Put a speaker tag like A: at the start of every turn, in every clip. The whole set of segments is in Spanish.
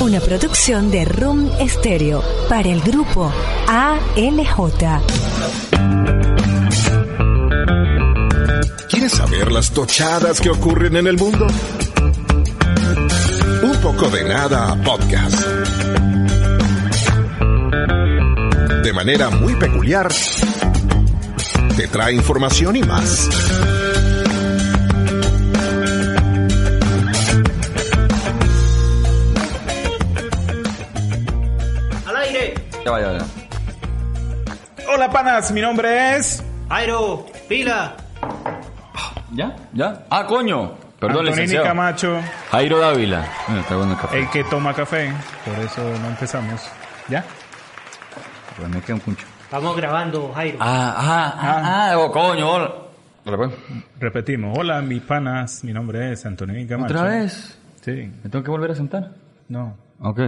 A: una producción de Room Stereo para el grupo ALJ.
B: ¿Quieres saber las tochadas que ocurren en el mundo? Un poco de nada podcast. De manera muy peculiar, te trae información y más.
C: ¡Al aire!
D: Ya va, ya va, ya.
E: Hola panas, mi nombre es
C: ¡Airo! ¡Pila!
D: ¿Ya? ¿Ya? ¡Ah, coño! Perdón,
E: Antonini
D: licenciado.
E: Camacho,
D: Jairo Dávila. Bueno, Ah, está bueno el café.
E: el que toma café. Por eso no empezamos. ¿Ya?
D: Pues me queda un cuncho.
C: Vamos grabando, Jairo.
D: Ah, ah, ah, ah, oh, coño, hola. Hola, pues.
E: Repetimos. Hola mis panas, mi nombre es Antonini Camacho.
D: ¿Otra vez?
E: Sí.
D: ¿Me tengo que volver a sentar?
E: No.
D: Ok.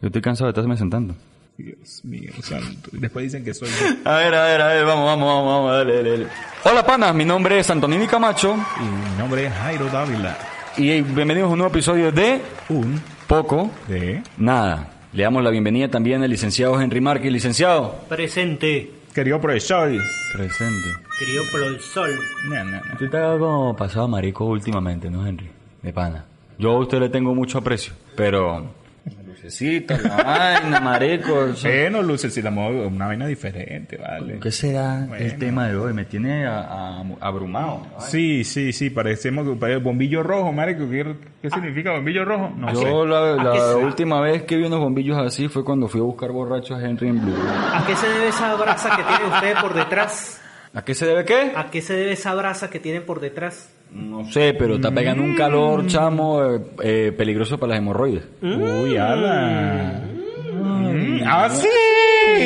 D: Yo estoy cansado de estarme sentando.
E: Dios mío, santo. Después dicen que soy yo.
D: A ver, a ver, a ver, vamos, vamos, vamos, vamos, dale, dale, dale. Hola, panas, mi nombre es Antonini Camacho
E: Y mi nombre es Jairo Dávila.
D: y eh, bienvenidos a un nuevo episodio de
E: Un
D: Poco
E: de...
D: Nada. Le damos la bienvenida también al licenciado Henry Márquez. Licenciado.
C: Presente.
E: Querido profesor.
D: Presente.
C: Querido por el sol.
E: No, no, no.
D: Usted está como pasado marico últimamente, ¿no, Henry? De pana. Yo a usted le tengo mucho aprecio, pero... Lucecita, la vaina, marico. o sea,
E: Eh, no luces si la muevo, una vaina diferente, vale.
D: ¿Qué será el
E: Bueno.
D: tema de hoy? Me tiene a- a- abrumado.
E: Sí, sí, sí, parecemos que pare- bombillo rojo, marico. ¿Qué, qué significa bombillo rojo? No sé.
D: Yo la,
C: Ah, ¿A
D: la
C: qué será?
D: última vez que vi unos bombillos así fue cuando fui a buscar borracho a Henry en Blue.
C: ¿A qué se debe esa brasa que tiene usted por detrás?
D: ¿A qué se debe qué?
C: ¿A qué se debe esa brasa que tienen por detrás?
D: No sé, pero está pegando un
C: Mm.
D: calor, chamo, eh, eh, peligroso para las hemorroides.
E: Uy, ala. Mm, ¡Ah, sí!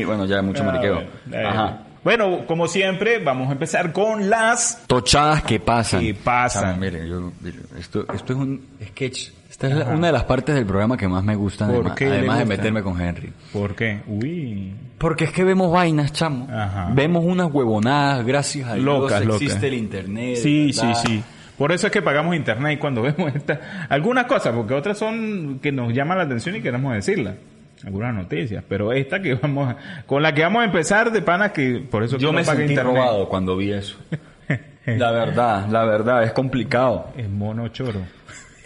D: Y, bueno, ya
C: Ah,
D: mucho mariqueo.
E: Eh,
D: Ajá.
E: Bueno, como siempre, vamos a empezar con las...
D: Tochadas que pasan.
E: Que pasan.
D: Chamo, Ah, miren, yo- miren, esto, esto es un sketch. Esta es la- una de las partes del programa que más me gusta,
E: ¿Por
D: además,
E: qué le
D: además de
E: gusta?
D: meterme con Henry.
E: ¿Por qué? Uy.
D: Porque es que vemos vainas, chamo.
E: Ajá.
D: Vemos unas huevonadas, gracias a Dios
E: Locas, locas.
D: existe el internet.
E: Sí, sí,
D: ¿verdad?
E: sí. Por eso es que pagamos internet cuando vemos esta... Algunas cosas, porque otras son que nos llaman la atención y queremos decirlas. Algunas noticias. Pero esta que vamos a- Con la que vamos a empezar, de panas, que por eso es que
D: Yo
E: uno
D: me
E: paga
D: sentí robado cuando vi eso. La verdad, la verdad, es complicado.
E: El mono choro.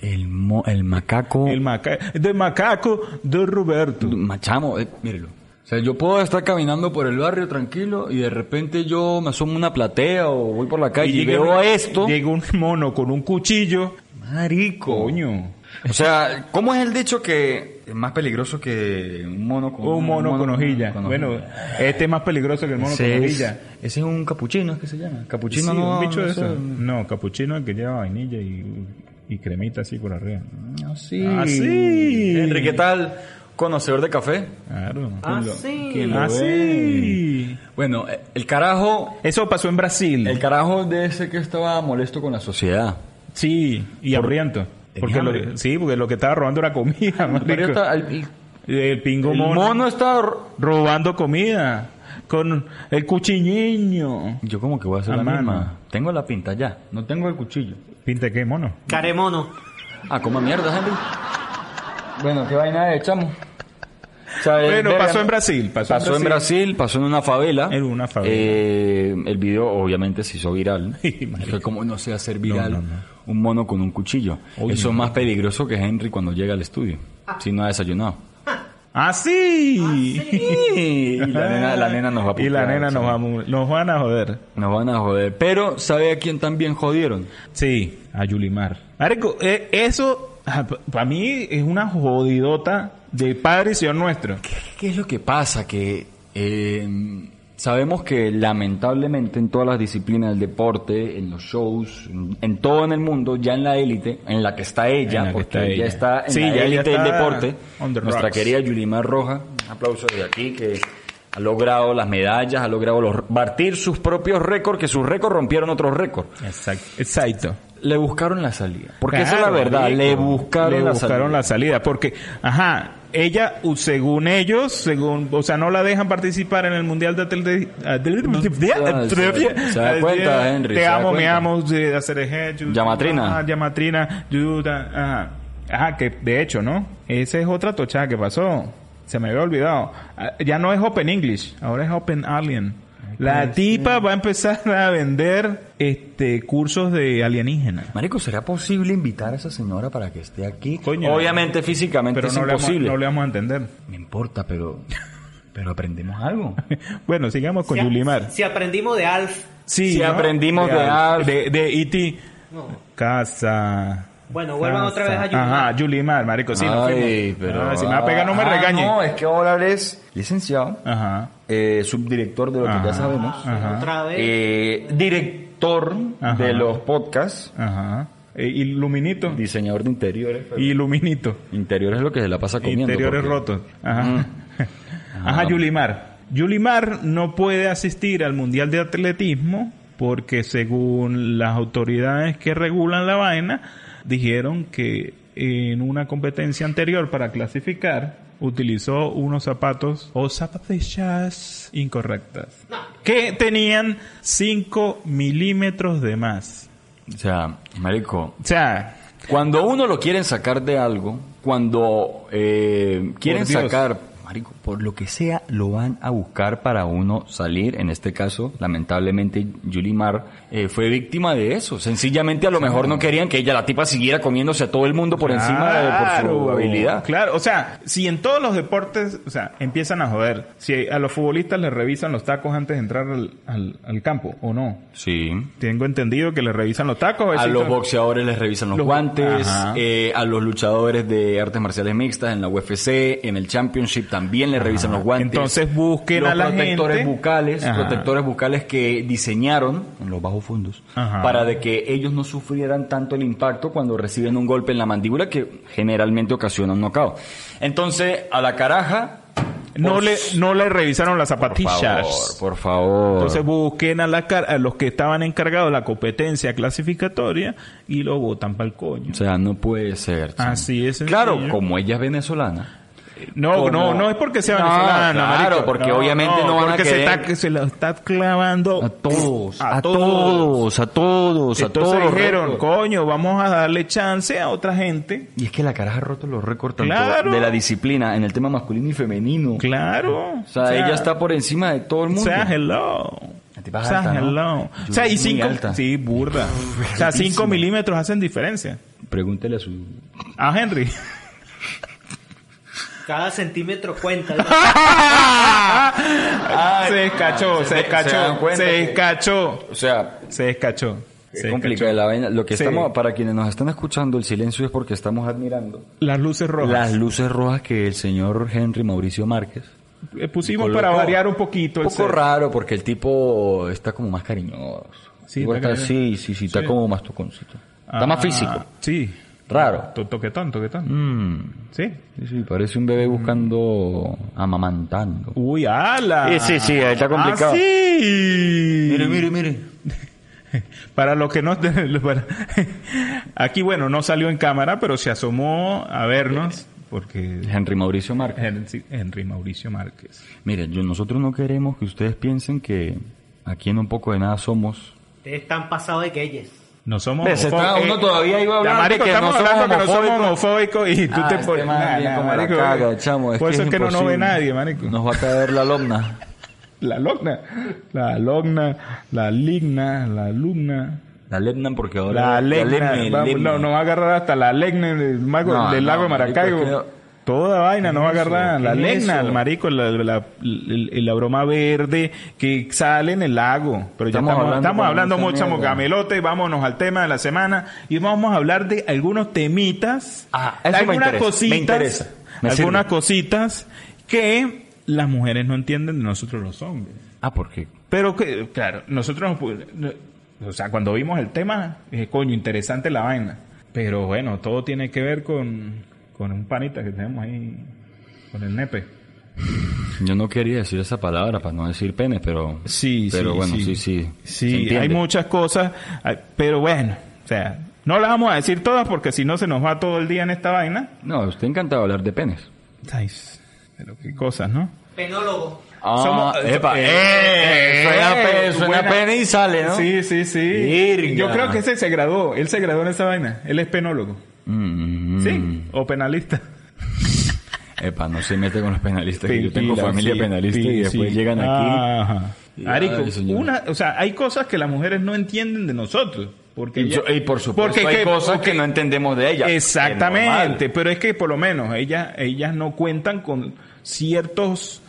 D: El, mo- el macaco...
E: El maca... De macaco de Roberto.
D: Machamo, eh, mírelo. O sea, yo puedo estar caminando por el barrio tranquilo y de repente yo me asomo a una platea o voy por la calle y,
E: llega
D: veo
E: un-
D: a esto.
E: Llega un mono con un cuchillo.
D: Marico.
E: Coño.
D: O sea, ¿cómo es el dicho que es más peligroso que un mono con
E: Un mono, con hojilla.
D: con
E: bueno, este es más peligroso que el mono
D: ese
E: con
D: es,
E: hojilla.
D: ese es un capuchino, es que se llama. Capuchino
E: Sí,
D: no,
E: un bicho
D: no
E: de
D: sé.
E: esos. No, capuchino el que lleva vainilla y, y cremita así por arriba.
D: Ah, sí.
E: Ah, sí.
D: Henry, ¿qué tal? Conocedor de café.
E: Claro.
C: Ah,
E: Lo-
C: sí.
D: lo
E: Ah,
D: ve.
E: sí.
D: Bueno, eh, el carajo,
E: Eso pasó en Brasil.
D: el carajo de ese que estaba molesto con la sociedad.
E: Sí, y hambriento.
D: Tenía
E: Porque
D: hambre.
E: lo, sí, porque lo que estaba robando era comida, marico.
D: Pero está- el- el-
E: El pingo
D: el
E: mono,
D: mono está
E: robando comida con el cuchilliño.
D: Yo como que voy a hacer
E: A
D: la
E: mano.
D: misma. Tengo la pinta ya, no tengo el cuchillo.
E: ¿Pinta qué, mono?
C: Caremono.
D: Ah, como mierda, Henry. Bueno, qué vaina de chamo. O sea, es
E: Bueno,
D: verga,
E: pasó
D: Eh, ¿no?
E: en Brasil. Pasó,
D: Pasó en Brasil, pasó en una favela.
E: En una favela.
D: Eh, el video obviamente se hizo viral.
E: Sí, marica.
D: Fue como no se hacer viral
E: No, no, no.
D: un mono con un cuchillo.
E: Uy,
D: Eso es
E: no.
D: más peligroso que Henry cuando llega al estudio. Si no ha desayunado.
E: ¡Ah, sí!
D: Ah, Y la nena, la nena nos va a
E: Y la
D: putear,
E: nena nos,
D: chamo.
E: va a mu- nos van a joder.
D: Nos van a joder. Pero, ¿sabe a quién también jodieron?
E: Sí, a Yulimar. Marico, eh, eso para mí es una jodidota de padre y señor nuestro.
D: ¿Qué es lo que pasa? Que eh, sabemos que lamentablemente en todas las disciplinas del deporte, en los shows, en, en todo en el mundo, ya en la élite, en la que está
E: En la
D: ella,
E: que
D: porque
E: está
D: ya
E: ella.
D: está en
E: Sí,
D: la
E: ya- ya
D: élite del
E: está
D: deporte,
E: on the
D: nuestra
E: rocks.
D: querida Yulimar Roja, un aplauso de aquí, que ha logrado las medallas, ha logrado los- batir sus propios récords, que sus récords rompieron otros récords.
E: Exacto. Exacto.
D: Le buscaron la salida. Porque esa es la
E: Claro,
D: verdad,
E: marico.
D: le buscaron,
E: Le
D: la,
E: buscaron
D: salida.
E: la salida. Porque, ajá, ella, u- según ellos, según, o sea, no la dejan participar en el mundial de atleti-
D: Ah, se-
E: atleti-
D: se da cuenta, Henry,
E: Te
D: se da
E: amo, me
D: cuenta.
E: amo, de hacer eje, yu-
D: Llamatrina.
E: ah, Llamatrina, Yuda, ajá. Ah, que de hecho, ¿no? Esa es otra tochada que pasó. Se me había olvidado. Ah, Ya no es Open English, ahora es Open Alien.
D: pues,
E: La tipa va a empezar a vender este cursos de alienígena.
D: Marico, ¿será posible invitar a esa señora para que esté aquí?
E: Coño.
D: Obviamente, físicamente
E: Pero
D: es
E: no le, vamos,
D: imposible.
E: no le vamos a entender.
D: Me importa, pero, pero aprendemos algo.
E: Bueno, sigamos con
C: Si a-
E: Yulimar.
C: Si aprendimos de Alf.
E: Sí,
D: Si aprendimos de Alf.
E: de de E.T.
C: No.
E: Casa.
C: Bueno, vuelvan
E: casa.
C: otra vez a Yulimar.
E: Ajá, Yulimar, marico, sí, nos
D: Ay,
E: fuimos.
D: pero...
E: Ah, si me va a pegar, no me
D: Ah,
E: regañe.
D: No, es que ahora es licenciado,
E: Ajá.
D: eh, subdirector de lo
E: Ajá.
D: que ya sabemos,
E: Ajá.
C: Otra vez.
D: eh, director
E: ah. Ajá.
D: de los podcasts,
E: Ajá. Eh, iluminito.
D: diseñador de interiores. pero-
E: Iluminito.
D: Interior es lo que se la pasa comiendo.
E: Interiores
D: porque- Mm.
E: rotos. Ajá. Ajá,
D: Ajá.
E: Yulimar. Yulimar no puede asistir al Mundial de Atletismo porque según las autoridades que regulan la vaina, dijeron que en una competencia anterior para clasificar utilizó unos zapatos o zapatillas incorrectas que tenían 5 milímetros de más.
D: O sea, marico,
E: O sea,
D: cuando uno lo quieren sacar de algo, cuando eh, quieren
E: Por Dios.
D: sacar, marico, por lo que sea, lo van a buscar para uno salir. En este caso, lamentablemente, Yulimar eh, fue víctima de eso. Sencillamente, a lo mejor no querían que ella, la tipa, siguiera comiéndose a todo el mundo por encima de por su
E: Claro,
D: habilidad.
E: Claro, o sea, si en todos los deportes, o sea, empiezan a joder, si a los futbolistas les revisan los tacos antes de entrar al, al- al campo, ¿o no?
D: Sí.
E: Tengo entendido que les revisan los tacos.
D: A
E: si
D: los
E: son-
D: boxeadores les revisan los,
E: Los-
D: guantes,
E: Ajá.
D: eh, a los luchadores de artes marciales mixtas en la UFC, en el Championship también les revisan los guantes.
E: Entonces busquen
D: los
E: a la
D: protectores
E: gente.
D: bucales,
E: Ajá.
D: protectores bucales que diseñaron en los bajos fondos
E: Ajá.
D: para de que ellos no sufrieran tanto el impacto cuando reciben un golpe en la mandíbula que generalmente ocasiona un knockout. Entonces, a la caraja
E: No
D: por-
E: le, no le revisaron las
D: por favor,
E: zapatillas.
D: por favor.
E: Entonces busquen a, la, car- a los que estaban encargados de la competencia clasificatoria y lo botan para el coño.
D: o sea, no puede ser. chamo.
E: Así es sencillo.
D: Claro, como ella es venezolana.
E: No,
D: Como-
E: no, no es porque sea
D: No,
E: venezolana,
D: claro,
E: marico.
D: porque obviamente no van a
E: porque se,
D: querer-
E: está, que se la está clavando
D: A todos,
E: Oh, a
D: a, todos, a todos, a
E: Entonces
D: todos.
E: dijeron,
D: récords.
E: coño, vamos a darle chance a otra gente.
D: y es que la caraja ha roto los récords tanto
E: Claro.
D: de la disciplina en el tema masculino y femenino.
E: Claro.
D: O sea, ella está por encima de todo el
E: O
D: mundo.
E: sea, hello.
D: La tipa
E: O
D: es
E: sea,
D: alta, ¿no?
E: hello.
D: Yo
E: O sea, y
D: muy
E: cinco...
D: alta.
E: Sí, burda. o sea, cinco
D: altísima.
E: milímetros hacen diferencia.
D: Pregúntele a su...
E: A Henry.
D: Eh.
C: Cada centímetro cuenta.
E: se descachó,
D: se
E: se
D: ve- se dan
E: descachó,
D: cuenta
E: se
D: que-
E: descachó.
D: O sea,
E: Se descachó.
D: es
E: se
D: complicada la
E: descachó.
D: vaina. Lo que
E: Sí.
D: estamos, para quienes nos están escuchando, el silencio es porque estamos admirando
E: Las luces rojas.
D: las luces rojas que el señor Henry Mauricio Márquez
E: Eh, Pusimos
D: colocó.
E: para variar un poquito
D: Un
E: el
D: poco
E: set.
D: raro porque el tipo está como más cariñoso.
E: Sí,
D: Tipo
E: está
D: está,
E: cariñoso.
D: sí, sí, sí, está
E: Sí.
D: como más toconcito.
E: Ah,
D: está más físico.
E: Sí.
D: Raro.
E: To- Toquetón, toquetón.
D: Mm.
E: Sí.
D: Sí, sí, parece un bebé buscando amamantando.
E: Uy, ala.
D: Sí, sí, sí, está complicado.
E: Ah, sí.
D: mire.
E: Para los que no... para- Aquí, bueno, no salió en cámara, pero se asomó a vernos porque...
D: Henry Mauricio Márquez.
E: Henry, Henry Mauricio Márquez.
D: Mire, yo, nosotros no queremos que ustedes piensen que aquí en un poco de nada somos.
C: Ustedes están pasados de geyes.
E: No somos
D: Ves,
E: homofóbicos.
D: Pues, está- uno todavía iba a hablar
E: Ya, marico,
D: de que
E: estamos
D: no somos
E: hablando que no somos homofóbicos y tú
D: Ah,
E: te
D: este
E: pones...
D: man
E: Nah,
D: bien
E: nah,
D: como la
E: marico,
D: caga, chamo, es
E: Por
D: que
E: eso es que no nos ve
D: imposible.
E: nadie, marico.
D: Nos va a caer la lomna.
E: La logna, la logna, la ligna, la alumna,
D: La lemna porque
E: la
D: ahora...
E: legna.
D: lemne,
E: vamos,
D: lemne.
E: No, nos va a agarrar hasta la legna del, mago-
D: No,
E: del
D: no,
E: lago de
D: marico,
E: Maracaibo.
D: es que-
E: Toda vaina nos va a agarrar.
D: ¿Qué
E: La
D: es
E: legna,
D: eso?
E: el marico, la, la- la- la broma verde que sale en el lago. Pero ya
D: Estamos
E: estamos,
D: hablando
E: estamos
D: con
E: hablando
D: mucha
E: mucho,
D: mierda.
E: camelote. Vámonos al tema de la semana y vamos a hablar de algunos temitas.
D: Ah, eso me
E: algunas
D: interesa, me
E: cositas.
D: interesa, me
E: algunas
D: sirve.
E: cositas que las mujeres no entienden de nosotros los hombres.
D: Ah, ¿por qué?
E: Pero que, claro, nosotros, nos pu- no- o sea, cuando vimos el tema, dije, coño, interesante la vaina. Pero bueno, todo tiene que ver con, con un panita que tenemos ahí, con el nepe.
D: Yo no quería decir esa palabra para no decir pene, pero...
E: Sí, sí,
D: Pero bueno, sí, sí. se
E: Sí,
D: entiende.
E: hay muchas cosas, ay, pero bueno, o sea, no las vamos a decir todas porque si no se nos va todo el día en esta vaina.
D: No, usted encantado de hablar de penes.
E: Ay, pero qué cosas, ¿no?
C: Penólogo.
D: Ah,
E: Somos-
D: epa,
E: eh,
D: eh,
E: eh,
D: suena,
E: eh,
D: pe- suena
E: buena.
D: pene y sale, ¿no?
E: Sí, sí, sí.
D: Virga.
E: Yo creo que ese se graduó, él se graduó en esa vaina, él es penólogo.
D: Mm,
E: Sí, o penalista.
D: Epa, no se mete con los penalistas. que yo tengo familia penalista y después llegan aquí.
E: Ajá.
D: Y-
E: Arico,
D: Ay, señor.
E: una, o sea, hay cosas que las mujeres no entienden de nosotros. Porque
D: Y,
E: ella-
D: yo- y por supuesto
E: porque
D: hay
E: que-
D: cosas
E: porque-
D: que no entendemos de ellas. Es normal.
E: Exactamente, pero es que por lo menos ellas, ellas no cuentan con ciertos,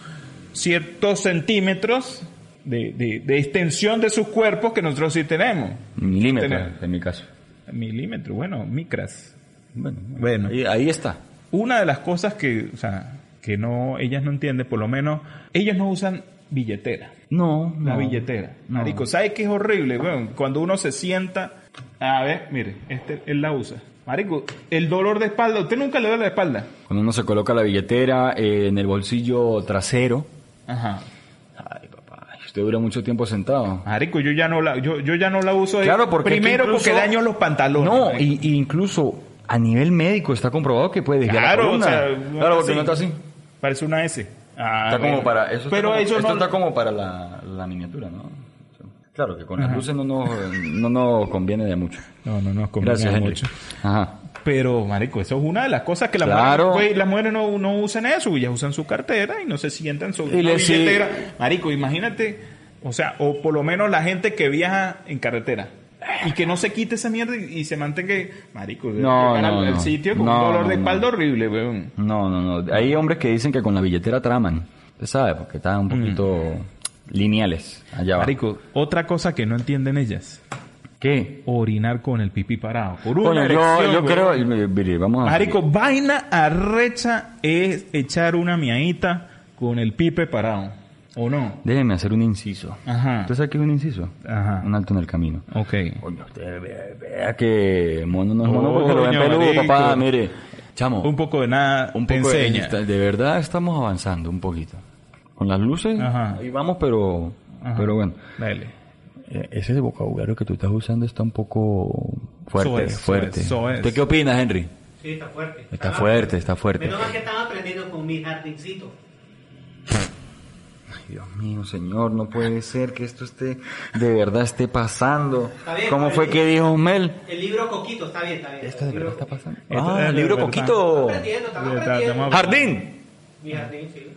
E: ciertos centímetros de, de- de extensión de sus cuerpos que nosotros sí tenemos.
D: Milímetros,
E: Tenemos.
D: en mi caso.
E: Milímetros, bueno, micras.
D: Bueno,
E: Bueno.
D: ahí, ahí está.
E: Una de las cosas que, o sea, que no, ellas no entienden, por lo menos, ellas no usan billetera.
D: No,
E: La
D: no.
E: billetera.
D: No.
E: Marico, ¿sabes qué es horrible? weón? cuando uno se sienta, a ver, mire, este, él la usa. Marico, el dolor de espalda, ¿usted nunca le duele la espalda?
D: Cuando uno se coloca la billetera eh, en el bolsillo trasero.
E: Ajá.
D: Ay, papá, usted dura mucho tiempo sentado.
E: Marico, yo ya no la, yo, yo ya no la uso. eh.
D: Claro, porque es que
E: primero
D: incluso-
E: porque daño los pantalones.
D: No,
E: marico.
D: y, y incluso a nivel médico está comprobado que puede desviar
E: Claro,
D: la columna.
E: o sea, no
D: claro,
E: está
D: porque no está
E: así.
D: así.
E: parece una S. Ah,
D: Está
E: bueno.
D: como para eso. está
E: Pero
D: como-
E: eso
D: esto
E: no.
D: está como para la, la miniatura, ¿no? Claro que con las luces no nos, no nos conviene de mucho.
E: No, no nos conviene
D: Gracias, Henry.
E: mucho.
D: Ajá.
E: Pero, marico, eso es una de las cosas que las
D: Claro.
E: mujeres, güey, las mujeres no, no usan eso, ellas usan su cartera y no se sientan sobre
D: Y
E: una
D: le- sí.
E: billetera. Marico, imagínate, o sea, o por lo menos la gente que viaja en carretera y que no se quite esa mierda y, y se mantenga, marico,
D: No,
E: llegar
D: no,
E: al- al
D: no.
E: sitio con
D: No,
E: un dolor de
D: no, no.
E: espalda horrible, weón.
D: No, no, no. Hay hombres que dicen que con la billetera traman. Usted sabe, porque están un poquito lineales. Allá va.
E: Mm. Marico, otra cosa que no entienden ellas,
D: ¿Qué?
E: orinar con el pipí parado. Por una
D: Bueno, yo,
E: erección,
D: yo
E: weón.
D: creo... mire, Vamos a...
E: Marico, vaina arrecha es echar una miaita con el pipe parado, ¿o no?
D: Déjeme hacer un inciso.
E: Ajá.
D: ¿Usted sabe qué es un inciso?
E: Ajá.
D: Un alto en el camino.
E: Ok.
D: Coño, usted vea, vea que mono no es mono
E: Oh,
D: porque lo ven
E: coño,
D: peludo,
E: marico.
D: papá. Mire, chamo.
E: Un poco de nada
D: Oh. un
E: te
D: poco de-
E: enseña.
D: De, verdad estamos avanzando un poquito. Con las luces,
E: Ajá.
D: ahí vamos, pero,
E: Ajá.
D: pero bueno.
E: Dale.
D: Eh, Ese vocabulario que tú estás usando está un poco fuerte,
E: Soez,
D: fuerte.
E: soez, soez.
D: ¿Usted qué opinas, Henry?
C: Sí, está fuerte.
D: Está fuerte, está fuerte.
C: Menos mal que estaba aprendiendo con mi jardincito.
D: Ay, Dios mío, señor, no puede ser que esto esté, de verdad esté pasando.
C: Está bien,
D: ¿Cómo
C: está
D: fue
C: bien.
D: que dijo Mel?
C: El libro Coquito, está bien, está bien.
D: Esto de
C: El libro
D: verdad está
C: Coquito.
D: pasando.
E: Esto
D: ah,
E: Este es
D: el
E: de
D: libro
E: verdad.
D: Coquito.
C: Aprendiendo, estamos
E: Está-
C: aprendiendo.
E: estamos-
D: Jardín.
C: Mi jardín, sí.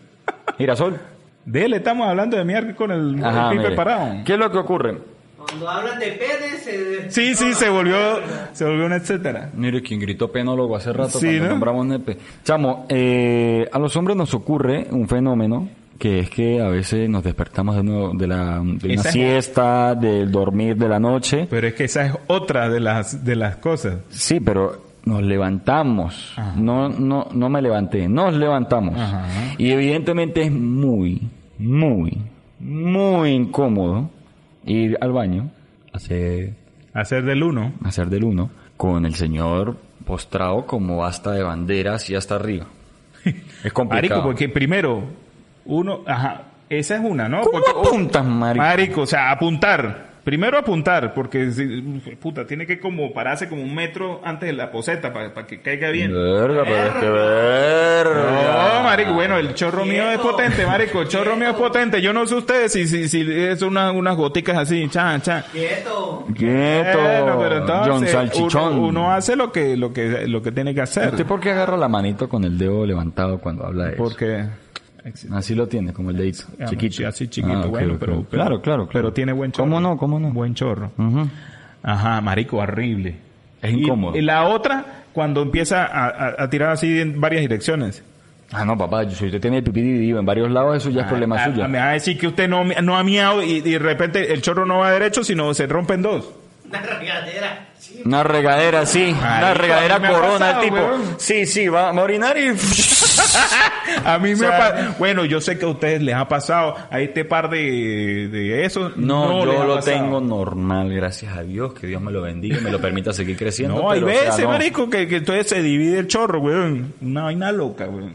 D: Girasol.
E: De él estamos hablando de mierda con el,
D: Ajá,
E: el pipe
D: mire.
E: parado.
D: ¿Qué es lo que ocurre?
C: Cuando hablan de pene, se...
E: Sí, sí, se volvió, se volvió un etcétera.
D: Mire, quien gritó penólogo hace rato
E: Sí,
D: cuando
E: ¿no?
D: nombramos nepe. Chamo, eh, a los hombres nos ocurre un fenómeno que es que a veces nos despertamos de, nuevo de, la, de una
E: Esa es-
D: siesta, del dormir de la noche.
E: Pero es que esa es otra de las, de las cosas.
D: Sí, pero nos levantamos.
E: Ajá.
D: No, no, no me levanté, nos levantamos.
E: Ajá.
D: Y evidentemente es muy, muy, muy incómodo ir al baño, hacer,
E: Hacer del uno.
D: hacer del uno, con el señor postrado como hasta de banderas y hasta arriba. Es complicado.
E: Marico, porque primero, uno, ajá, esa es una, ¿no?
D: ¿Cómo
E: Porque- oh,
D: apuntas, marico?
E: Marico, o sea, apuntar. Primero apuntar, porque si- puta, tiene que como pararse como un metro antes de la poseta para que caiga bien.
D: Verga, pero es que verga.
E: No, marico, bueno, el chorro mío es
C: Quieto.
E: potente, marico, el chorro mío es potente. Yo no sé ustedes si, si, si es una- unas goticas así, chan, chan.
C: Quieto.
D: Quieto.
E: Bueno, pero entonces,
D: John
E: uno-
D: Salchichón.
E: Uno, hace lo que, lo que, lo que tiene que hacer.
D: ¿Usted por qué agarra la manito con el dedo levantado cuando habla de eso?
E: Porque,
D: Así lo tiene, como el dedito,
E: Ah,
D: chiquito.
E: Así chiquito,
D: Ah, ok,
E: bueno,
D: ok.
E: pero, pero-
D: Claro, claro, claro.
E: Pero tiene buen chorro.
D: ¿Cómo no, cómo no?
E: Buen chorro.
D: Ujú.
E: Ajá, marico, horrible.
D: Es
E: Y-
D: incómodo.
E: Y, la otra, cuando empieza a, a- a tirar así en varias direcciones.
D: Ah, no, papá, yo- si usted tiene el pipí dividido en varios lados, eso ya es problema
E: A- a-
D: suyo.
E: Ah, Me va a decir que usted no, no ha miado y, y de repente el chorro no va derecho, sino se rompen dos.
C: Una regadera. Sí.
D: Una regadera, sí.
E: Marico,
D: una
E: a
D: regadera
E: mí me ha
D: corona,
E: pasado,
D: el tipo.
E: weón.
D: Sí, sí, va va a orinar y...
E: A mí me
D: sea,
E: ha pa- Bueno, yo sé que a ustedes les ha pasado a este par de, de eso.
D: No,
E: les
D: yo
E: ha
D: lo
E: pasado.
D: tengo normal, gracias a Dios. Que Dios me lo bendiga y me lo permita seguir creciendo.
E: No, hay
D: pero, o sea,
E: veces,
D: no.
E: marico, que, que entonces se divide el chorro, weón. Una vaina loca, weón.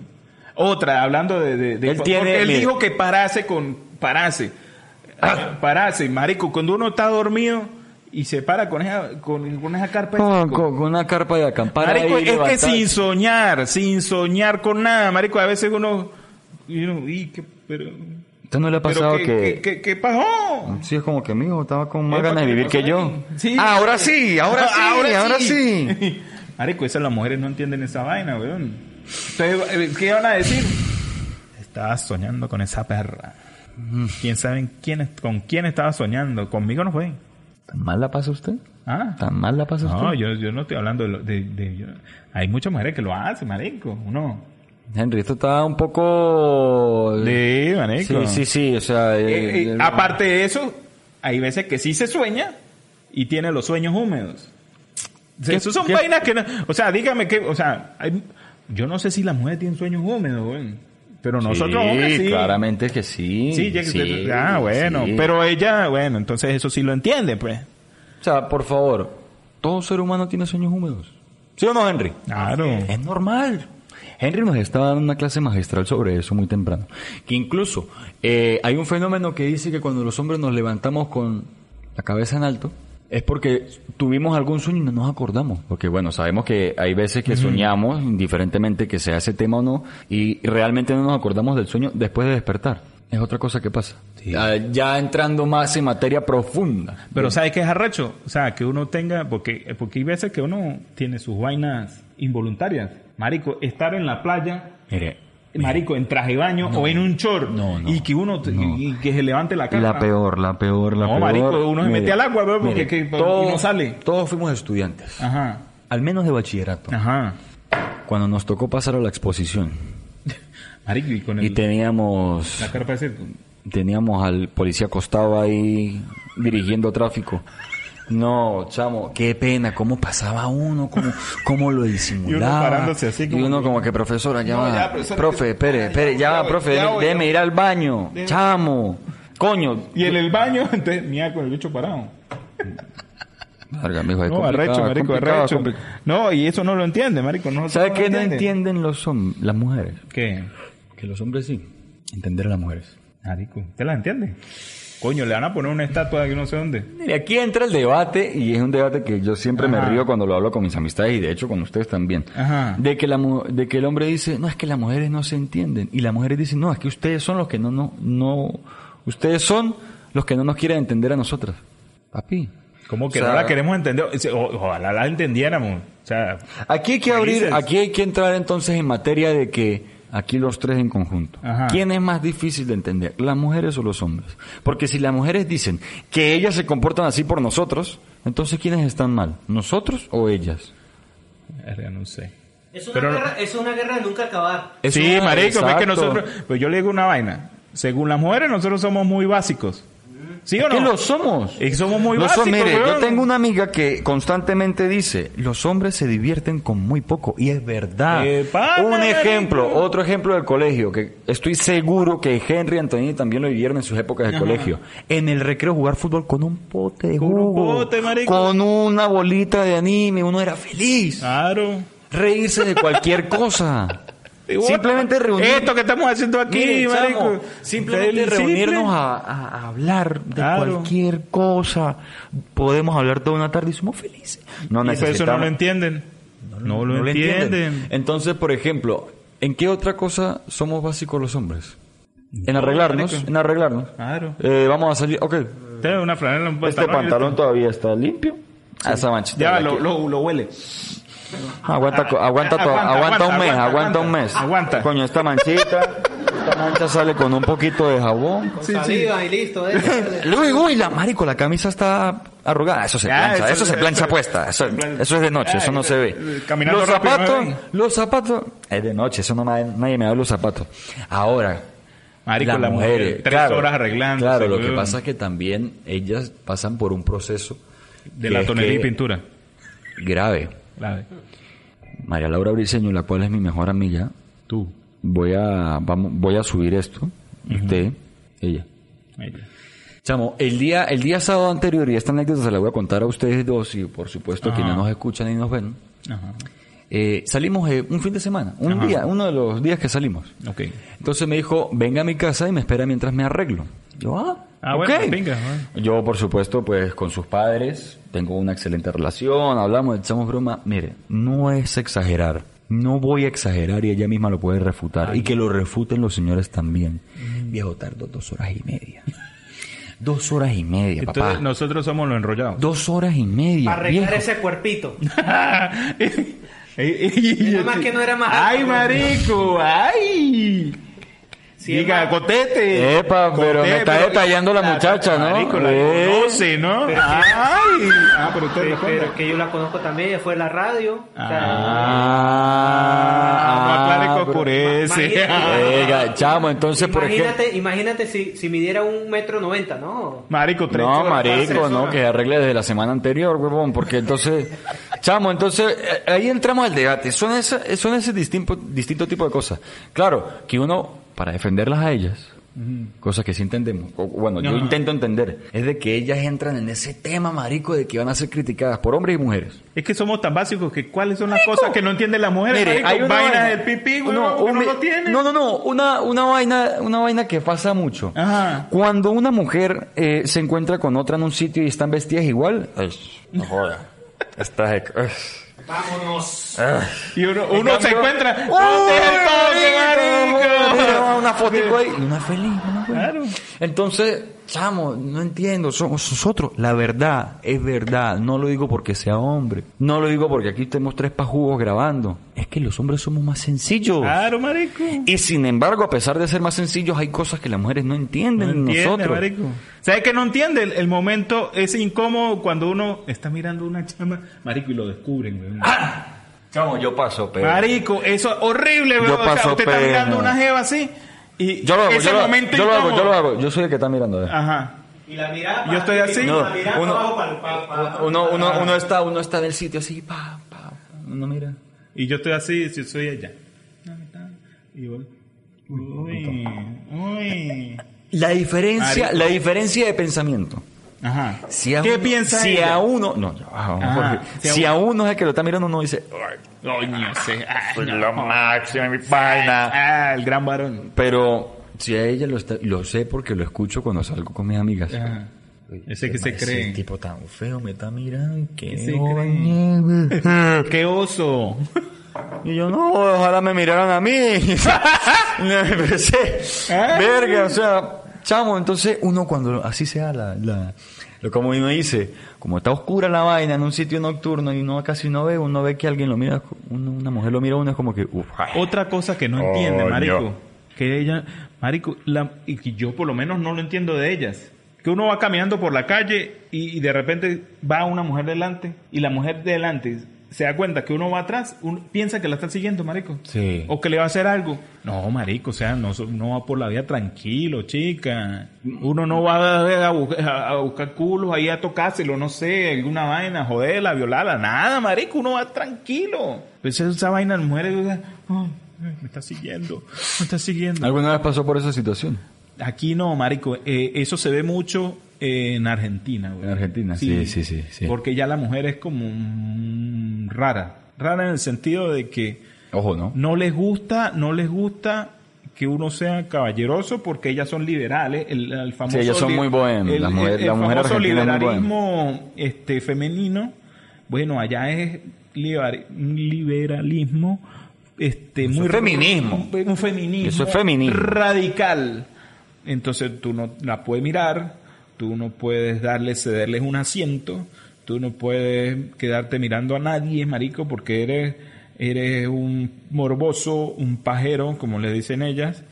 E: Otra, hablando de... de- de-
D: Él tiene-
E: él
D: mire.
E: dijo que parase con... Parase. Ah, Parase, marico. Cuando uno está dormido y se para con esa, con, con esa carpa... de
D: Con,
E: chico.
D: con- con una carpa de acampar
E: marico,
D: ahí
E: es que
D: levantada.
E: sin soñar, sin soñar con nada, marico. A veces uno... Y uno, y qué- pero...
D: ¿Usted no le ha pasado
E: pero
D: que...
E: qué- qué- qué pasó?
D: Sí, es como que mi hijo estaba con más
E: Epa,
D: ganas de
E: ¿qué
D: vivir
E: pasó
D: que yo.
E: ahí? Sí.
D: Ah, ahora sí, ahora sí, ahora sí.
E: Marico, esas las mujeres no entienden esa vaina, weón. Entonces, eh, ¿qué van a decir? Estaba soñando con esa perra. ¿Quién sabe quién, es- con quién estaba soñando? Conmigo no fue.
D: ¿Tan mal la pasa usted?
E: Ah.
D: ¿Tan mal la pasa usted?
E: No, yo, yo no estoy hablando de... lo- de- de- yo- hay muchas mujeres que lo hacen, marico. Uno.
D: Henry, esto está un poco...
E: Sí,
D: Sí, sí, sí, o sea... eh, eh,
E: aparte de eso, hay veces que sí se sueña y tiene los sueños húmedos. O sea,
D: ¿Qué-
E: Esos son
D: qué-
E: vainas que no... O sea, dígame que... O sea, hay- yo no sé si las mujeres tienen sueños húmedos, güey. Pero nosotros hombres sí.
D: claramente que sí.
E: Sí, ya-
D: sí,
E: ah, bueno.
D: sí.
E: Pero ella, bueno, entonces eso sí lo entiende, pues.
D: O sea, por favor, todo ser humano tiene sueños húmedos. ¿Sí o no, Henry?
E: Claro.
D: Es normal. Henry nos estaba dando una clase magistral sobre eso muy temprano. Que incluso eh, hay un fenómeno que dice que cuando los hombres nos levantamos con la cabeza en alto, es porque tuvimos algún sueño y no nos acordamos. Porque bueno, sabemos que hay veces que soñamos, indiferentemente que sea ese tema o no, y realmente no nos acordamos del sueño después de despertar. Es otra cosa que pasa. Ah, Ya entrando más en materia profunda.
E: Pero ¿sabes qué es arrecho? O sea, que uno tenga, porque, porque hay veces que uno tiene sus vainas involuntarias. Marico, estar en la playa,
D: Mire,
E: marico, en traje de baño o en un short.
D: No, no,
E: y que uno, te-
D: no.
E: y que se levante la cara.
D: La peor, la peor, la
E: Ah. No,
D: peor.
E: marico, uno se
D: Mire,
E: mete al agua, bro, porque
D: mire,
E: que- y no sale. Ah.
D: Todos fuimos estudiantes,
E: Ajá,
D: al menos de bachillerato.
E: ajá.
D: Cuando nos tocó pasar a la exposición
E: Marico, y con el,
D: y teníamos
E: la carpa de circo.
D: teníamos al policía acostado ahí dirigiendo tráfico. No, chamo, qué pena, cómo pasaba uno, cómo, cómo lo disimulaba.
E: parándose así como
D: Y uno
E: que-
D: como que, profesora, ya
E: No,
D: va.
E: ya, profesora,
D: profe,
E: que-
D: espere,
E: ya,
D: espere,
E: ya
D: ya,
E: voy,
D: va,
E: ya
D: profe,
E: voy,
D: déme-
E: ya voy.
D: déme ir al baño.
E: Déme-
D: Chamo, coño.
E: Y en el baño, entonces, mira, con el bicho parado.
D: Verga, mijo, es
E: No,
D: Pues complicado,
E: arrecho, marico,
D: complicado,
E: arrecho.
D: complicado.
E: No, y eso no lo entiende, marico. No,
D: ¿Sabes
E: no
D: qué
E: lo
D: no entienden los hom- las mujeres?
E: ¿Qué?
D: Que los hombres sí. Entender a las mujeres.
E: Marico, ¿usted las entiende? Coño, le van a poner una estatua de que no sé dónde.
D: Mire, aquí entra el debate, y es un debate que yo siempre me
E: Ajá.
D: río cuando lo hablo con mis amistades y de hecho con ustedes también.
E: Ajá.
D: De, que la, mu- de que el hombre dice, no, es que las mujeres no se entienden. Y las mujeres dicen, no, es que ustedes son los que no, no, no, ustedes son los que no nos quieren entender a nosotras. Papi.
E: Como que
D: O sea,
E: no la queremos entender? O sea, o- ojalá la entendiéramos. O sea,
D: Aquí hay que abrir,
E: Felices.
D: aquí hay que entrar entonces en materia de que aquí los tres en conjunto.
E: Ajá.
D: ¿Quién es más difícil de entender, las mujeres o los hombres? Porque si las mujeres dicen que ellas se comportan así por nosotros, entonces ¿quiénes están mal? ¿Nosotros o ellas?
E: verga, no sé.
C: Es una,
E: Pero-
C: guerra, es una guerra de nunca acabar.
D: Es
E: sí,
D: una-
E: marico, es
D: exacto.
E: que nosotros... Pues yo le digo una vaina. Según las mujeres, nosotros somos muy básicos. ¿Sí o
D: ¿Qué
E: no?
D: lo somos?
E: Y somos muy
D: Lo
E: básicos,
D: mire, yo
E: weón.
D: tengo una amiga que constantemente dice, los hombres se divierten con muy poco. Y es verdad.
E: ¡Qué Eh, pana,
D: Un ejemplo,
E: marico!
D: otro ejemplo del colegio, que estoy seguro que Henry y Antonini también lo vivieron en sus épocas de colegio. En el recreo jugar fútbol con un pote de
E: Con un
D: jugo,
E: pote, marico.
D: con una bolita de anime, uno era feliz.
E: Ah. Claro.
D: Reírse de cualquier cosa.
E: Y bueno,
D: Simplemente reunir.
E: Esto que estamos haciendo aquí,
D: Mire,
E: marico.
D: chamo, simplemente
E: Del-
D: reunirnos
E: simple. pues
D: a, a- a hablar de
E: Claro.
D: cualquier cosa. Podemos hablar toda una tarde y somos felices. No
E: Y pues
D: necesitamos.
E: eso no lo entienden. No, lo,
D: no lo
E: entienden.
D: Entonces, por ejemplo, ¿en qué otra cosa somos básicos los hombres? En arreglarnos,
E: marico.
D: en arreglarnos.
E: Claro. Pues,
D: Eh, vamos a salir, ok.
E: Usted una franela, un
D: Este
E: pantalón y
D: pantalón
E: listo.
D: todavía está limpio. Ah, Esa manchita. de
E: Ya,
D: aquí.
E: lo, lo, lo huele.
D: Aguanta, co- aguanta, to-
E: Aguanta,
D: aguanta un
E: aguanta,
D: mes, aguanta,
E: aguanta,
D: un mes.
E: aguanta.
D: Coño, esta manchita, esta mancha sale con un poquito de jabón.
C: Con saliva y listo. eh.
D: Luego, uy, la marico, la camisa está arrugada. Eso se
E: Ya,
D: plancha,
E: eso-
D: eso, se plancha
E: eso-
D: puesta. Eso,
E: se plancha.
D: eso es de noche,
E: Ya,
D: eso no
E: eh,
D: se ve.
E: eh, caminando
D: los
E: rápido,
D: zapatos,
E: ¿no?
D: los zapatos, es de noche, eso no nadie, nadie me da los zapatos. Ahora,
E: Marico, la mujer, tres horas arreglándose,
D: Claro, lo que
E: weón.
D: pasa es que también ellas pasan por un proceso
E: De
D: que
E: la
D: es
E: tonería y
D: que-
E: pintura.
D: grave.
E: La-
D: María Laura Briseño, la cual es mi mejor amiga,
E: Tú.
D: voy a vamos, voy a subir esto usted ella
E: Ella.
D: chamo el día el día sábado anterior y esta anécdota se la voy a contar a ustedes dos y por supuesto
E: Ajá.
D: quienes nos escuchan y nos ven
E: Ajá.
D: eh, salimos eh, un fin de semana un
E: Ajá.
D: día uno de los días que salimos
E: Ok.
D: entonces me dijo venga a mi casa y me espera mientras me arreglo yo ah
E: Ah,
D: ok.
E: bueno, venga, bueno.
D: Yo, por supuesto, pues con sus padres tengo una excelente relación, hablamos, echamos broma. Mire, no es exagerar. No voy a exagerar y ella misma lo puede refutar.
E: Ah,
D: Y que lo refuten los señores también.
E: Mm.
D: Viejo, tardó dos horas y media. Dos horas y media,
E: Entonces,
D: papá.
E: nosotros somos los enrollados.
D: Dos horas y media.
C: Arreglar
D: viejo.
C: ese cuerpito.
E: Nada
C: más que no era más alto,
E: ¡Ay,
C: güey.
E: marico! ¡Ay!
C: Sí,
E: Diga,
C: hermano.
E: cotete.
D: Epa, pero me está detallando la muchacha, ¿no?
E: Marico, la
D: Eh.
E: conoce, ¿no? ¡Ay! Ah, pero usted
C: Pero,
E: lo
C: pero que yo la conozco también, ella fue a la radio. o
D: Ah,
C: sea,
E: Ah, no aclare que
D: bro.
E: oscurece.
C: Ma-
D: Oiga, ah, chamo, entonces, por ejemplo...
C: imagínate, imagínate si, si midiera un metro noventa, ¿no?
E: Marico, tres
D: No,
E: horas, tres
D: marico,
E: horas.
D: no, que arregle desde la semana anterior, huevón, porque entonces, chamo, entonces, eh, ahí entramos al debate. Son ese, son ese distinto, distinto tipo de cosas. Claro, que uno, para defenderlas a ellas, cosas que sí entendemos, o- bueno, yo
E: Ajá.
D: intento entender, es de que ellas entran en ese tema, marico, de que van a ser criticadas por hombres y mujeres.
E: Es que somos tan básicos que cuáles son las cosas que no entienden las mujeres.
D: Mire,
E: marico?
D: hay una
E: vainas
D: vaina.
E: del pipí, güey,
D: No,
E: que
D: un
E: no
D: mi-
E: lo tienen.
D: No, no, no, una, una vaina, una vaina que pasa mucho.
E: Ajá.
D: Cuando una mujer eh, se encuentra con otra en un sitio y están vestidas igual, ay, no joda. Estás ec- ay.
E: Y uno,
D: En
E: uno se
D: cambio-
E: encuentra.
D: ¡Uy,
E: ¿Dónde es el
D: marico!
E: coche, marico?
D: Mira, Una fotico ahí. y Una feliz, una feliz.
E: Claro.
D: Entonces, chamo, no entiendo. Somos nosotros. La verdad es verdad. No lo digo porque sea hombre. No lo digo porque aquí tenemos tres pajugos grabando. Es que los hombres somos más sencillos.
E: Claro, marico.
D: Y sin embargo, a pesar de ser más sencillos, hay cosas que las mujeres no entienden
E: No
D: en
E: entiende,
D: nosotros.
E: marico. ¿Sabes que no entiende? El, el momento es incómodo cuando uno está mirando una chama, marico, y lo descubren, güey.
D: Chamo, yo paso, pero.
E: Ah, Marico, eso es horrible, güey.
D: Yo
E: O sea,
D: paso
E: usted está
D: pena.
E: mirando una jeva así y
D: Yo lo hago,
E: ese
D: yo lo, hago,
E: momento
D: yo lo hago, yo lo
E: incómodo.
D: hago. Yo soy el que está mirando. eh.
E: Ajá.
C: Y la mirada.
E: Yo estoy así.
D: No,
C: la mirada
D: uno-
C: para abajo, para- para- para-
D: Ah, Uno, uno, uno está, uno está en el sitio así, pa, pa, uno mira.
E: Y yo estoy así, yo soy allá. Y yo, uy, uy.
D: La diferencia,
E: Marico.
D: la diferencia de pensamiento.
E: Ajá.
D: Si a
E: ¿Qué
D: uno,
E: piensa
D: Si
E: ella?
D: a uno, no, ya, vamos,
E: Ah,
D: Jorge.
E: si
D: si,
E: a
D: a uno es el que lo está mirando, uno dice,
E: Coño, sí. Ay,
D: "Soy
E: no.
D: lo máximo, mi vaina.
E: Ah, el gran varón.
D: Pero si a ella lo está, lo sé porque lo escucho cuando salgo con mis amigas.
E: Ajá.
D: Uy,
E: Ese que
D: qué
E: se
D: mal,
E: cree.
D: ese tipo tan feo me está mirando. Que
E: Se
D: no
E: cree.
D: bañaba.
E: ¡Qué oso!
D: Y yo, no, ojalá me miraran a mí. me empecé.
E: Ay.
D: Verga, o sea, chamo. Entonces, uno cuando así sea la. la lo como uno dice, como está oscura la vaina en un sitio nocturno y uno casi no ve, uno ve que alguien lo mira, uno- una mujer lo mira, uno es como que, uff,
E: Otra cosa que no entiende,
D: Coño.
E: marico. Que ella, marico, la, y que yo por lo menos no lo entiendo de ellas. Que uno va caminando por la calle y, y de repente va una mujer delante y la mujer delante se da cuenta que uno va atrás, un- piensa que la están siguiendo, marico.
D: Sí.
E: O que le va a hacer algo. No, marico, o sea, no, so- uno va por la vida tranquilo, chica. Mm. Uno no va a, a bu- a- a buscar culos ahí a tocárselo, no sé, alguna vaina, joderla, violarla, nada, marico, uno va tranquilo. Pues esa vaina, las mujeres, o sea, ay, ay, me está siguiendo, me está siguiendo.
D: ¿Alguna vez pasó por esa situación?
E: Aquí no, marico. eh, eso se ve mucho eh, en Argentina, güey.
D: En Argentina, sí, sí, sí, sí.
E: Porque ya la mujer es como mm, rara. Rara en el sentido de que
D: Ojo, ¿no?
E: no les gusta, no les gusta que uno sea caballeroso porque ellas son liberales, el, el famoso
D: ellas son
E: li-
D: muy bohemias,
E: el-
D: la mujer-
E: el- el
D: la mujer
E: famoso
D: argentina es muy
E: liberalismo este femenino, bueno, allá es liber- un liberalismo este
D: Eso
E: muy
D: es feminismo.
E: un, un feminismo
D: Eso es feminismo.
E: radical. Entonces tú no la puedes mirar, tú no puedes darle cederles un asiento, tú no puedes quedarte mirando a nadie, marico, porque eres eres un morboso, un pajero, como le dicen ellas.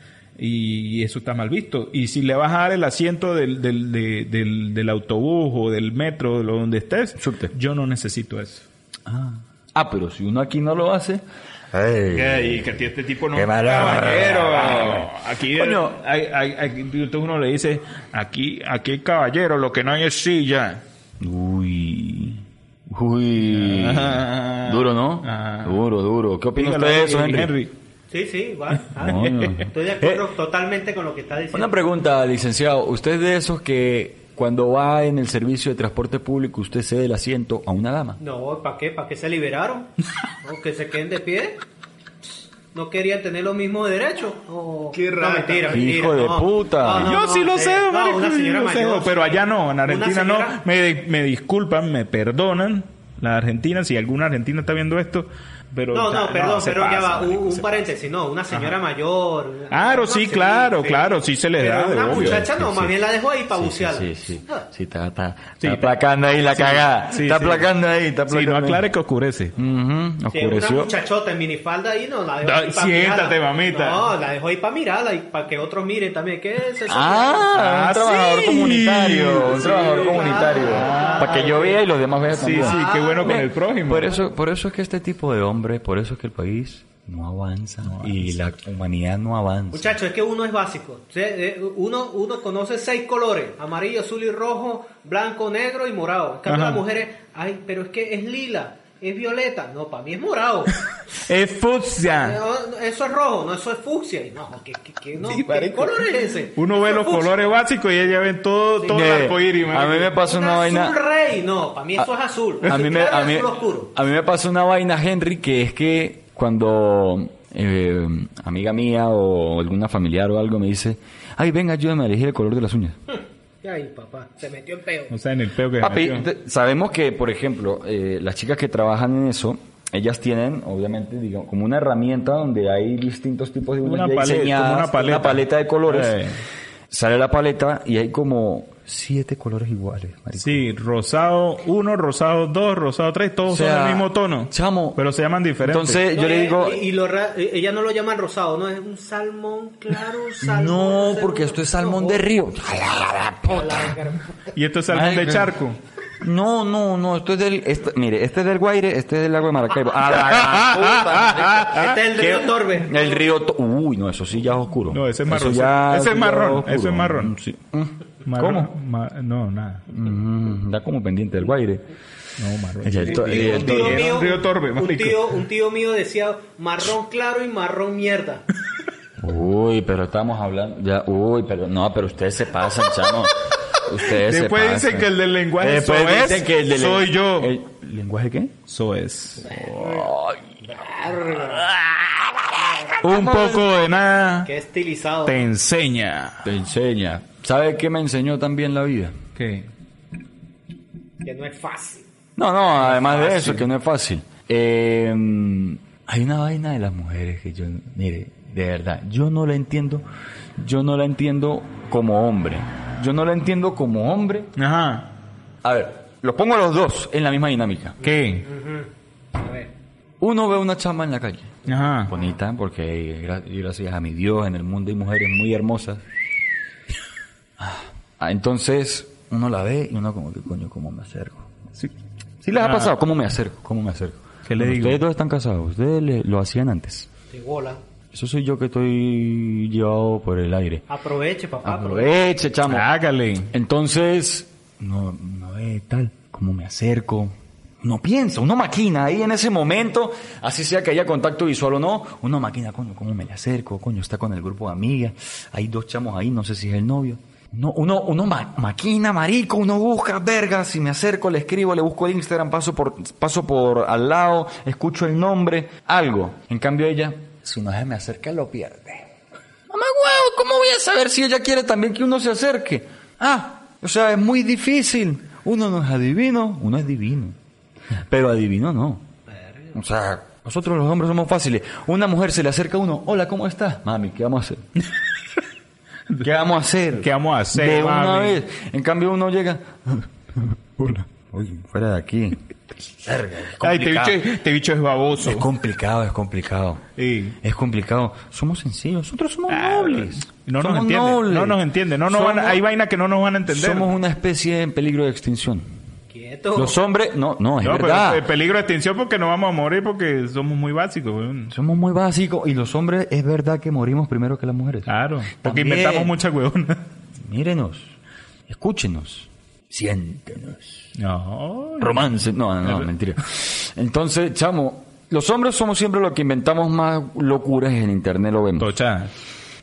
E: Y eso está mal visto. Y si le vas a dar el asiento del, del, de- del, del autobús o del metro, de lo donde estés,
D: Subte.
E: yo no necesito eso.
D: Ah. Ah, pero si uno aquí no lo hace.
C: Eh,
E: Y que a ti este tipo no
D: Qué malo.
C: Ah,
E: caballero. Ah, Aquí,
D: Coño.
E: hay- hay- aquí entonces uno le dice, aquí, aquí hay caballero, lo que no hay es silla.
D: Uy. Uy.
E: Ah.
D: Duro, ¿no?
E: Ah.
D: Duro, duro. ¿Qué opina
E: Dígalo,
D: usted de eso, Henry?
C: Sí, sí, igual. Ah,
D: No, no. Eh.
C: Estoy de acuerdo totalmente con lo que está diciendo.
D: Una pregunta, licenciado. ¿Usted es de esos que cuando va en el servicio de transporte público usted cede el asiento a una dama?
C: No, ¿para qué? ¿Para qué se liberaron? ¿O que se queden de pie? ¿No querían tener los mismos derechos? ¿O...
E: Qué
C: no,
E: rata.
C: mentira, mentira.
D: Hijo de
C: no.
D: puta.
C: No, no,
E: yo
C: no,
E: sí lo
C: eh,
E: sé,
C: no,
E: marico,
C: una
E: yo sí
C: señora
E: lo sé,
C: mayor.
E: pero allá no, en
C: Una
E: Argentina
C: señora-
E: no. Me, me disculpan, me perdonan. La Argentina, si alguna argentina está viendo esto, Pero,
C: No,
E: o sea,
C: no, perdón,
E: se
C: pero ya
E: pasa,
C: va, uh. un,
E: marico,
C: un
E: se
C: paréntesis, no, una señora mayor.
E: Claro,
C: no,
E: sí, claro,
C: pero-
E: claro, sí se les
C: pero
E: da, de
C: Una
E: obvio.
C: muchacha no,
D: Sí,
C: más
D: sí.
C: bien la dejo ahí para
D: Sí, sí,
C: bucearla.
D: sí, sí.
C: Ah,
D: Sí, está, está, está
E: Sí,
D: aplacando ahí la cagada.
E: sí,
D: está
E: sí.
D: aplacando ahí, está
E: pasa. Sí,
D: aplacando.
E: no
D: ahí.
E: aclare que oscurece.
D: Ujú,
C: si es una
D: oscureció.
C: muchachota en minifalda ahí, no, la dejo
E: Da-
C: ahí pa'
E: siéntate,
C: mirarla.
E: mamita.
C: No, la dejo ahí para mirarla y para que otros miren también. ¿Qué es eso?
D: Ah,
E: Ah,
D: un trabajador
E: sí.
D: comunitario, un
E: Sí,
D: trabajador comunitario. Para que yo vea y los demás vean
E: Sí,
D: también.
E: sí, qué
C: Ah.
E: bueno con
D: Ve,
E: el prójimo.
D: Por eso, por eso es que este tipo de hombre, por eso es que el país no avanza, y la humanidad no avanza.
C: Muchachos, es que uno es básico. O sea, eh, Uno, uno conoce seis colores: amarillo, azul y rojo, blanco, negro y morado. En cambio,
E: Ajá.
C: las mujeres, ay, pero es que es lila, es violeta. No, para mí es morado. Eh, oh,
E: Es fucsia.
C: No, Eso es rojo, no, eso es fucsia. Y No, ¿qué, qué- qué- no,
E: Sí,
C: ¿qué
E: marico.
C: color es ese?
E: Uno ve
C: Eso es
E: los
C: fucsia.
E: colores básicos y ella ve todo, todo
D: Eh,
E: el arcoíris.
D: a mí me
E: marico.
D: pasó una
C: azul
D: vaina.
C: rey, no, para mí eso es azul.
D: A mí me,
C: Claro,
D: a mí,
C: azul oscuro.
D: a mí me pasó una vaina, Henry, que es que cuando eh, amiga mía o alguna familiar o algo me dice, ay, venga, ayúdame a elegir el color de las uñas.
C: Ay, papá, se metió en peo.
E: O sea, en el peo que
D: Papi,
E: metió.
D: te- sabemos que, por ejemplo, eh, las chicas que trabajan en eso, ellas tienen, obviamente, digamos, como una herramienta donde hay distintos tipos de uñas
E: Una
D: ya
E: paleta,
D: diseñadas,
E: como una paleta.
D: de colores.
E: Eh.
D: Sale la paleta y hay como siete colores iguales, marico.
E: Sí, rosado 1, rosado 2, rosado 3, todos
D: O sea,
E: son del mismo tono.
D: chamo,
E: pero se llaman diferentes.
D: Entonces yo
C: No,
D: le
C: y-
D: digo,
C: Y, y lo ra- y- ella no lo llaman rosado, no, es un salmón claro, salmón.
D: no,
C: sé,
D: porque
C: no,
D: esto es
C: no,
D: salmón de río. La puta.
E: y esto es algún de
D: Marico.
E: charco.
D: No, no, no, esto es del, esto- mire, este es del Guaire, este es del lago de Maracaibo. Ah, la gran puta,
C: Este
D: marico.
C: es el río
D: ¿Qué?
C: Torbe.
D: El río To- Uy, no, eso sí ya es oscuro.
E: No, ese es marrón.
D: Eso ya-
E: Ese es
D: ya
E: marrón,
D: oscuro.
E: ese es marrón.
D: Mm, sí.
E: ¿Cómo? no, nada.
D: Mm, da como pendiente del Guaire.
E: No, marrón.
D: El- el- el-
C: Un tío,
E: Era un
C: mío,
E: río Torbe,
C: un,
E: marico.
C: tío, un tío mío decía marrón claro y marrón mierda.
D: Uy, pero estamos hablando. Ya, uy, pero no, pero ustedes se pasan, chamo. Ustedes se
E: Después
D: pasan.
E: dicen que el del lenguaje
D: Después
E: soez
D: dicen que el del-
E: soy yo.
D: el- ¿Lenguaje qué?
E: Eso es.
C: Verga,
E: Un poco de nada
C: Qué estilizado.
E: te enseña.
D: Te enseña. ¿Sabe qué me enseñó también la vida?
E: ¿Qué?
C: Que no es fácil.
D: No, no, además de eso, que no es fácil. Eh, hay una vaina de las mujeres que yo, mire, de verdad, yo no la entiendo, yo no la entiendo como hombre. Yo no la entiendo como hombre.
E: Ajá.
D: A ver, los pongo a los dos en la misma dinámica.
E: ¿Qué?
C: A ver.
D: Uno ve una chama en la calle,
E: Ajá.
D: bonita, porque gra- y gracias a mi Dios en el mundo hay mujeres muy hermosas. Ah, Entonces, uno la ve y uno como que, coño, ¿cómo me acerco?
E: Sí.
D: Sí les ha
E: Ah.
D: pasado. ¿Cómo me acerco? ¿Cómo me acerco?
E: ¿Qué le
D: Bueno,
E: digo?
D: Ustedes dos están casados. Ustedes le- lo hacían antes.
C: Te bola.
D: Eso soy yo que estoy llevado por el aire.
C: Aproveche,
E: Ah,
C: papá. aproveche.
D: Aproveche, chamo.
E: Hágale.
D: Entonces, no, no ve tal. ¿Cómo me acerco? Uno piensa, uno maquina ahí en ese momento, así sea que haya contacto visual o no, uno maquina, coño, ¿cómo me le acerco? Coño, está con el grupo de amigas, hay dos chamos ahí, no sé si es el novio. No, uno, uno ma- maquina, marico, uno busca, verga, si me acerco, le escribo, le busco el Instagram, paso por, paso por al lado, escucho el nombre, algo. En cambio ella, si no se me acerca, lo pierde. Mamá, huevo, ¿cómo voy a saber si ella quiere también que uno se acerque? Ah, o sea, es muy difícil. Uno no es adivino, uno es divino. Pero adivino no. O sea, nosotros los hombres somos fáciles. Una mujer se le acerca a uno, hola, ¿cómo estás? Mami, ¿qué vamos a hacer? ¿Qué vamos a hacer?
E: ¿Qué vamos a hacer,
D: De una
E: mami?
D: vez. En cambio uno llega, hola, oye, fuera de aquí. Verga, es
E: Ay, te
D: complicado.
E: bicho, este bicho es baboso.
D: Es complicado, es complicado.
E: Sí.
D: Es complicado. Somos sencillos, nosotros somos
E: Ah,
D: nobles.
E: No nos
D: Somos
E: entiende.
D: nobles.
E: No nos entiende. No nos
D: Somos-
E: van a- hay vainas que no nos van a entender.
D: Somos una especie en peligro de extinción.
C: Quieto.
D: Los hombres, no, no, es
E: no,
D: verdad.
E: pero el peligro de extinción porque no vamos a morir porque somos muy básicos. weón.
D: Somos muy básicos y los hombres es verdad que morimos primero que las mujeres.
E: Claro. Porque
D: También.
E: inventamos muchas huevonas.
D: Mírenos, escúchenos, siéntenos.
E: No.
D: romance. No, no, no, mentira. Entonces, chamo, los hombres somos siempre los que inventamos más locuras en internet, lo vemos.
E: Tocha.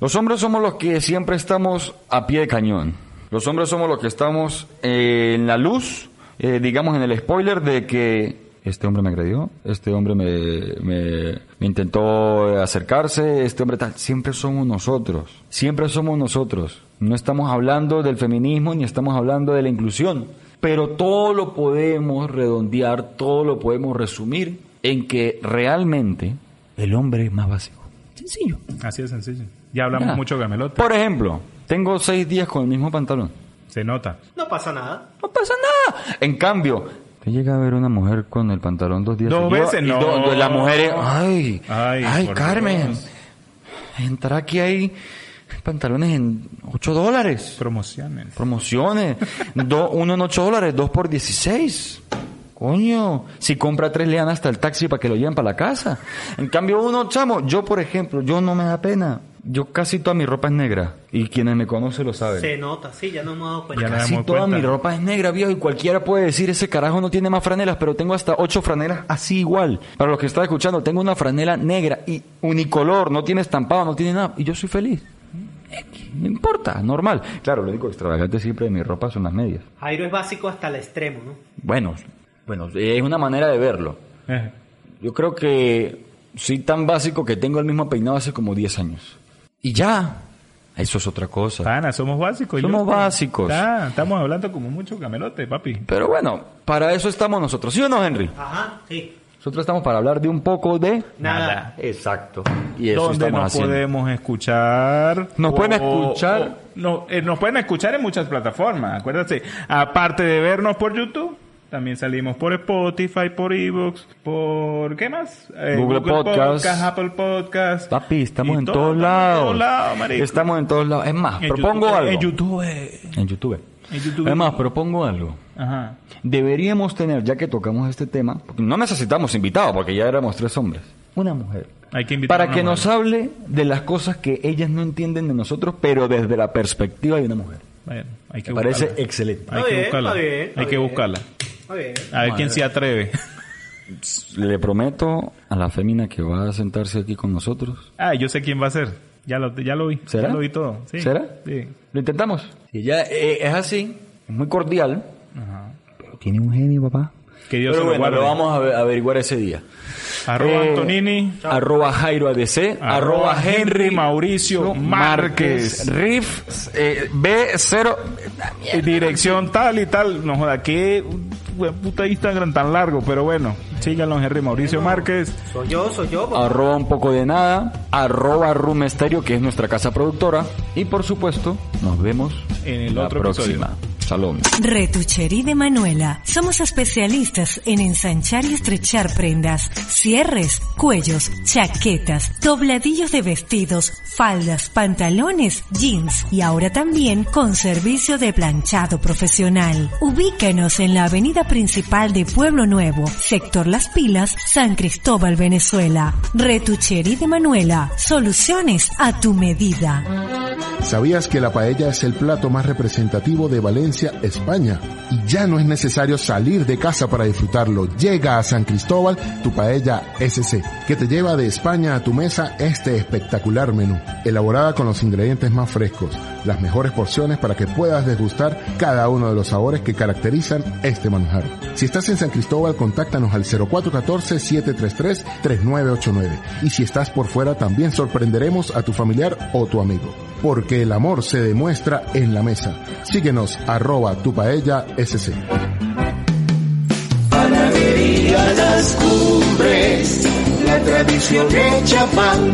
D: Los hombres somos los que siempre estamos a pie de cañón. Los hombres somos los que estamos eh, en la luz, eh, digamos en el spoiler de que este hombre me agredió, este hombre me, me- me intentó acercarse, este hombre tal. Siempre somos nosotros, siempre somos nosotros. No estamos hablando del feminismo ni estamos hablando de la inclusión, pero todo lo podemos redondear, todo lo podemos resumir en que realmente el hombre es más básico. Sencillo.
E: Así de sencillo. Ya hablamos
D: Ya.
E: mucho de Gamelote.
D: Por ejemplo, tengo seis días con el mismo pantalón.
E: Se nota.
C: No pasa nada.
D: No pasa nada. En cambio, te llega a ver una mujer con el pantalón dos días.
E: Dos
D: seguidos
E: veces,
D: y
E: no.
D: do- do- la mujer es, ay,
E: Ay,
D: ay,
E: por
D: Carmen.
E: Dios.
D: Entra aquí hay pantalones en 8 dólares.
E: Promociones.
D: Promociones. Do- uno en 8 dólares, dos por 16. Coño, si compra tres le dan hasta el taxi para que lo lleven para la casa. En cambio uno, chamo, yo por ejemplo, yo no me da pena. Yo casi toda mi ropa es negra. Y quienes me conocen lo saben.
C: Se nota, sí, ya no hemos dado
E: Ya
C: cuenta.
E: no.
D: Casi
E: damos
D: toda
E: cuenta.
D: mi ropa es negra, viejo, y cualquiera puede decir, ese carajo no tiene más franelas, pero tengo hasta ocho franelas así igual. Para los que están escuchando, tengo una franela negra y unicolor, no tiene estampado, no tiene nada, y yo soy feliz. No importa, normal. Claro, lo único extravagante siempre de mi ropa son las medias.
C: Jairo es básico hasta el extremo, ¿no?
D: Bueno, bueno, es una manera de verlo.
E: Eh,
D: Yo creo que soy tan básico que tengo el mismo peinado hace como 10 años. Y ya, eso es otra cosa.
E: Pana, somos básicos.
D: Somos
E: Yo-
D: básicos.
E: Ya, estamos hablando como mucho Gamelote, papi.
D: Pero bueno, para eso estamos nosotros, ¿sí o no, Henry?
C: Ajá, sí.
D: Nosotros estamos para hablar de un poco de...
C: Nada.
D: Exacto. Y eso
E: Donde
D: estamos
E: nos
D: haciendo.
E: podemos escuchar.
D: Nos pueden escuchar.
E: o- no, eh, nos pueden escuchar en muchas plataformas, acuérdate. Aparte de vernos por YouTube, también salimos por Spotify, por Evox, por... ¿Qué más? Eh,
D: Google Podcast.
E: Apple Podcast.
D: Papi, estamos
E: Y
D: en
E: todo-
D: todos lados.
E: En todos lados, marico.
D: Estamos en todos lados. Es más,
E: En
D: propongo
E: YouTube-
D: algo.
E: En YouTube. eh.
D: En YouTube.
E: En YouTube.
D: Es más, propongo algo.
E: Ajá.
D: Deberíamos tener, ya que tocamos este tema, porque no necesitamos invitados, porque ya éramos tres hombres, una mujer.
E: Hay que invitar a
D: Para
E: una
D: que
E: mujer.
D: nos hable de las cosas que ellas no entienden de nosotros, pero desde la perspectiva de una mujer.
E: Bueno, hay que
D: Me parece
E: buscarla.
D: excelente.
E: Hay
C: Está
E: que
C: bien,
E: buscarla.
C: está bien, está
E: hay que
C: bien.
E: buscarla.
C: Está bien.
E: A ver quién se atreve.
D: Le prometo a la fémina que va a sentarse aquí con nosotros.
E: Ah, yo sé quién va a ser. Ya lo, ya lo vi.
D: ¿Será?
E: Ya lo vi todo. Sí.
D: ¿Será?
E: Sí.
D: Lo intentamos. Ella eh, es así, es muy cordial,
E: Ajá.
D: pero tiene un genio, papá.
E: Que Dios
D: Pero
E: se lo
D: bueno, lo
E: guarde.
D: vamos a ave- averiguar ese día.
E: Arroba
D: Eh,
E: Antonini.
D: Arroba Jairo ADC.
E: Arroba
D: Arroba
E: Henry
D: Henry
E: Mauricio
D: Mauricio
E: Márquez.
D: Márquez. Riff eh, B0.
E: Eh, Dirección tal y tal. No joda, qué hue- puta Instagram tan largo. Pero bueno, síganlo Henry Mauricio Márquez.
C: Soy yo, soy yo. pues.
D: Arroba un poco de nada. Arroba Room Estéreo, que es nuestra casa productora. Y por supuesto, nos vemos
E: En el
D: la
E: otro
D: próxima. Shalom.
A: Retucherí de Manuela. Somos especialistas en ensanchar y estrechar prendas, cierres, cuellos, chaquetas, dobladillos de vestidos, faldas, pantalones, jeans y ahora también con servicio de planchado profesional. Ubícanos en la avenida principal de Pueblo Nuevo, sector Las Pilas, San Cristóbal, Venezuela. Retucherí de Manuela. Soluciones a tu medida.
F: ¿Sabías que la paella es el plato más representativo de Valencia, España? Y ya no es necesario salir de casa para disfrutarlo. Llega a San Cristóbal tu paella SC, que te lleva de España a tu mesa este espectacular menú, elaborada con los ingredientes más frescos, las mejores porciones para que puedas degustar cada uno de los sabores que caracterizan este manjar. Si estás en San Cristóbal, contáctanos al 0414-733-3989. Y si estás por fuera, también sorprenderemos a tu familiar o tu amigo porque el amor se demuestra en la mesa. Síguenos arroba tu paella sc.
G: Panadería Las Cumbres, la tradición hecha pan.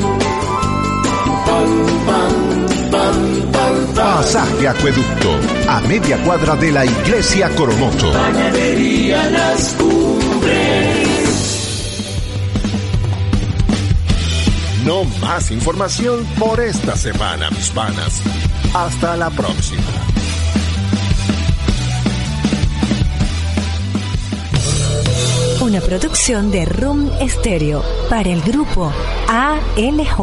G: Pan, pan, pan, pan, pan.
B: Pasaje Acueducto, a media cuadra de la Iglesia Coromoto.
G: Panadería Las Cumbres.
B: No más información por esta semana, mis panas. Hasta la próxima.
A: Una producción de Room Stereo para el grupo ALJ.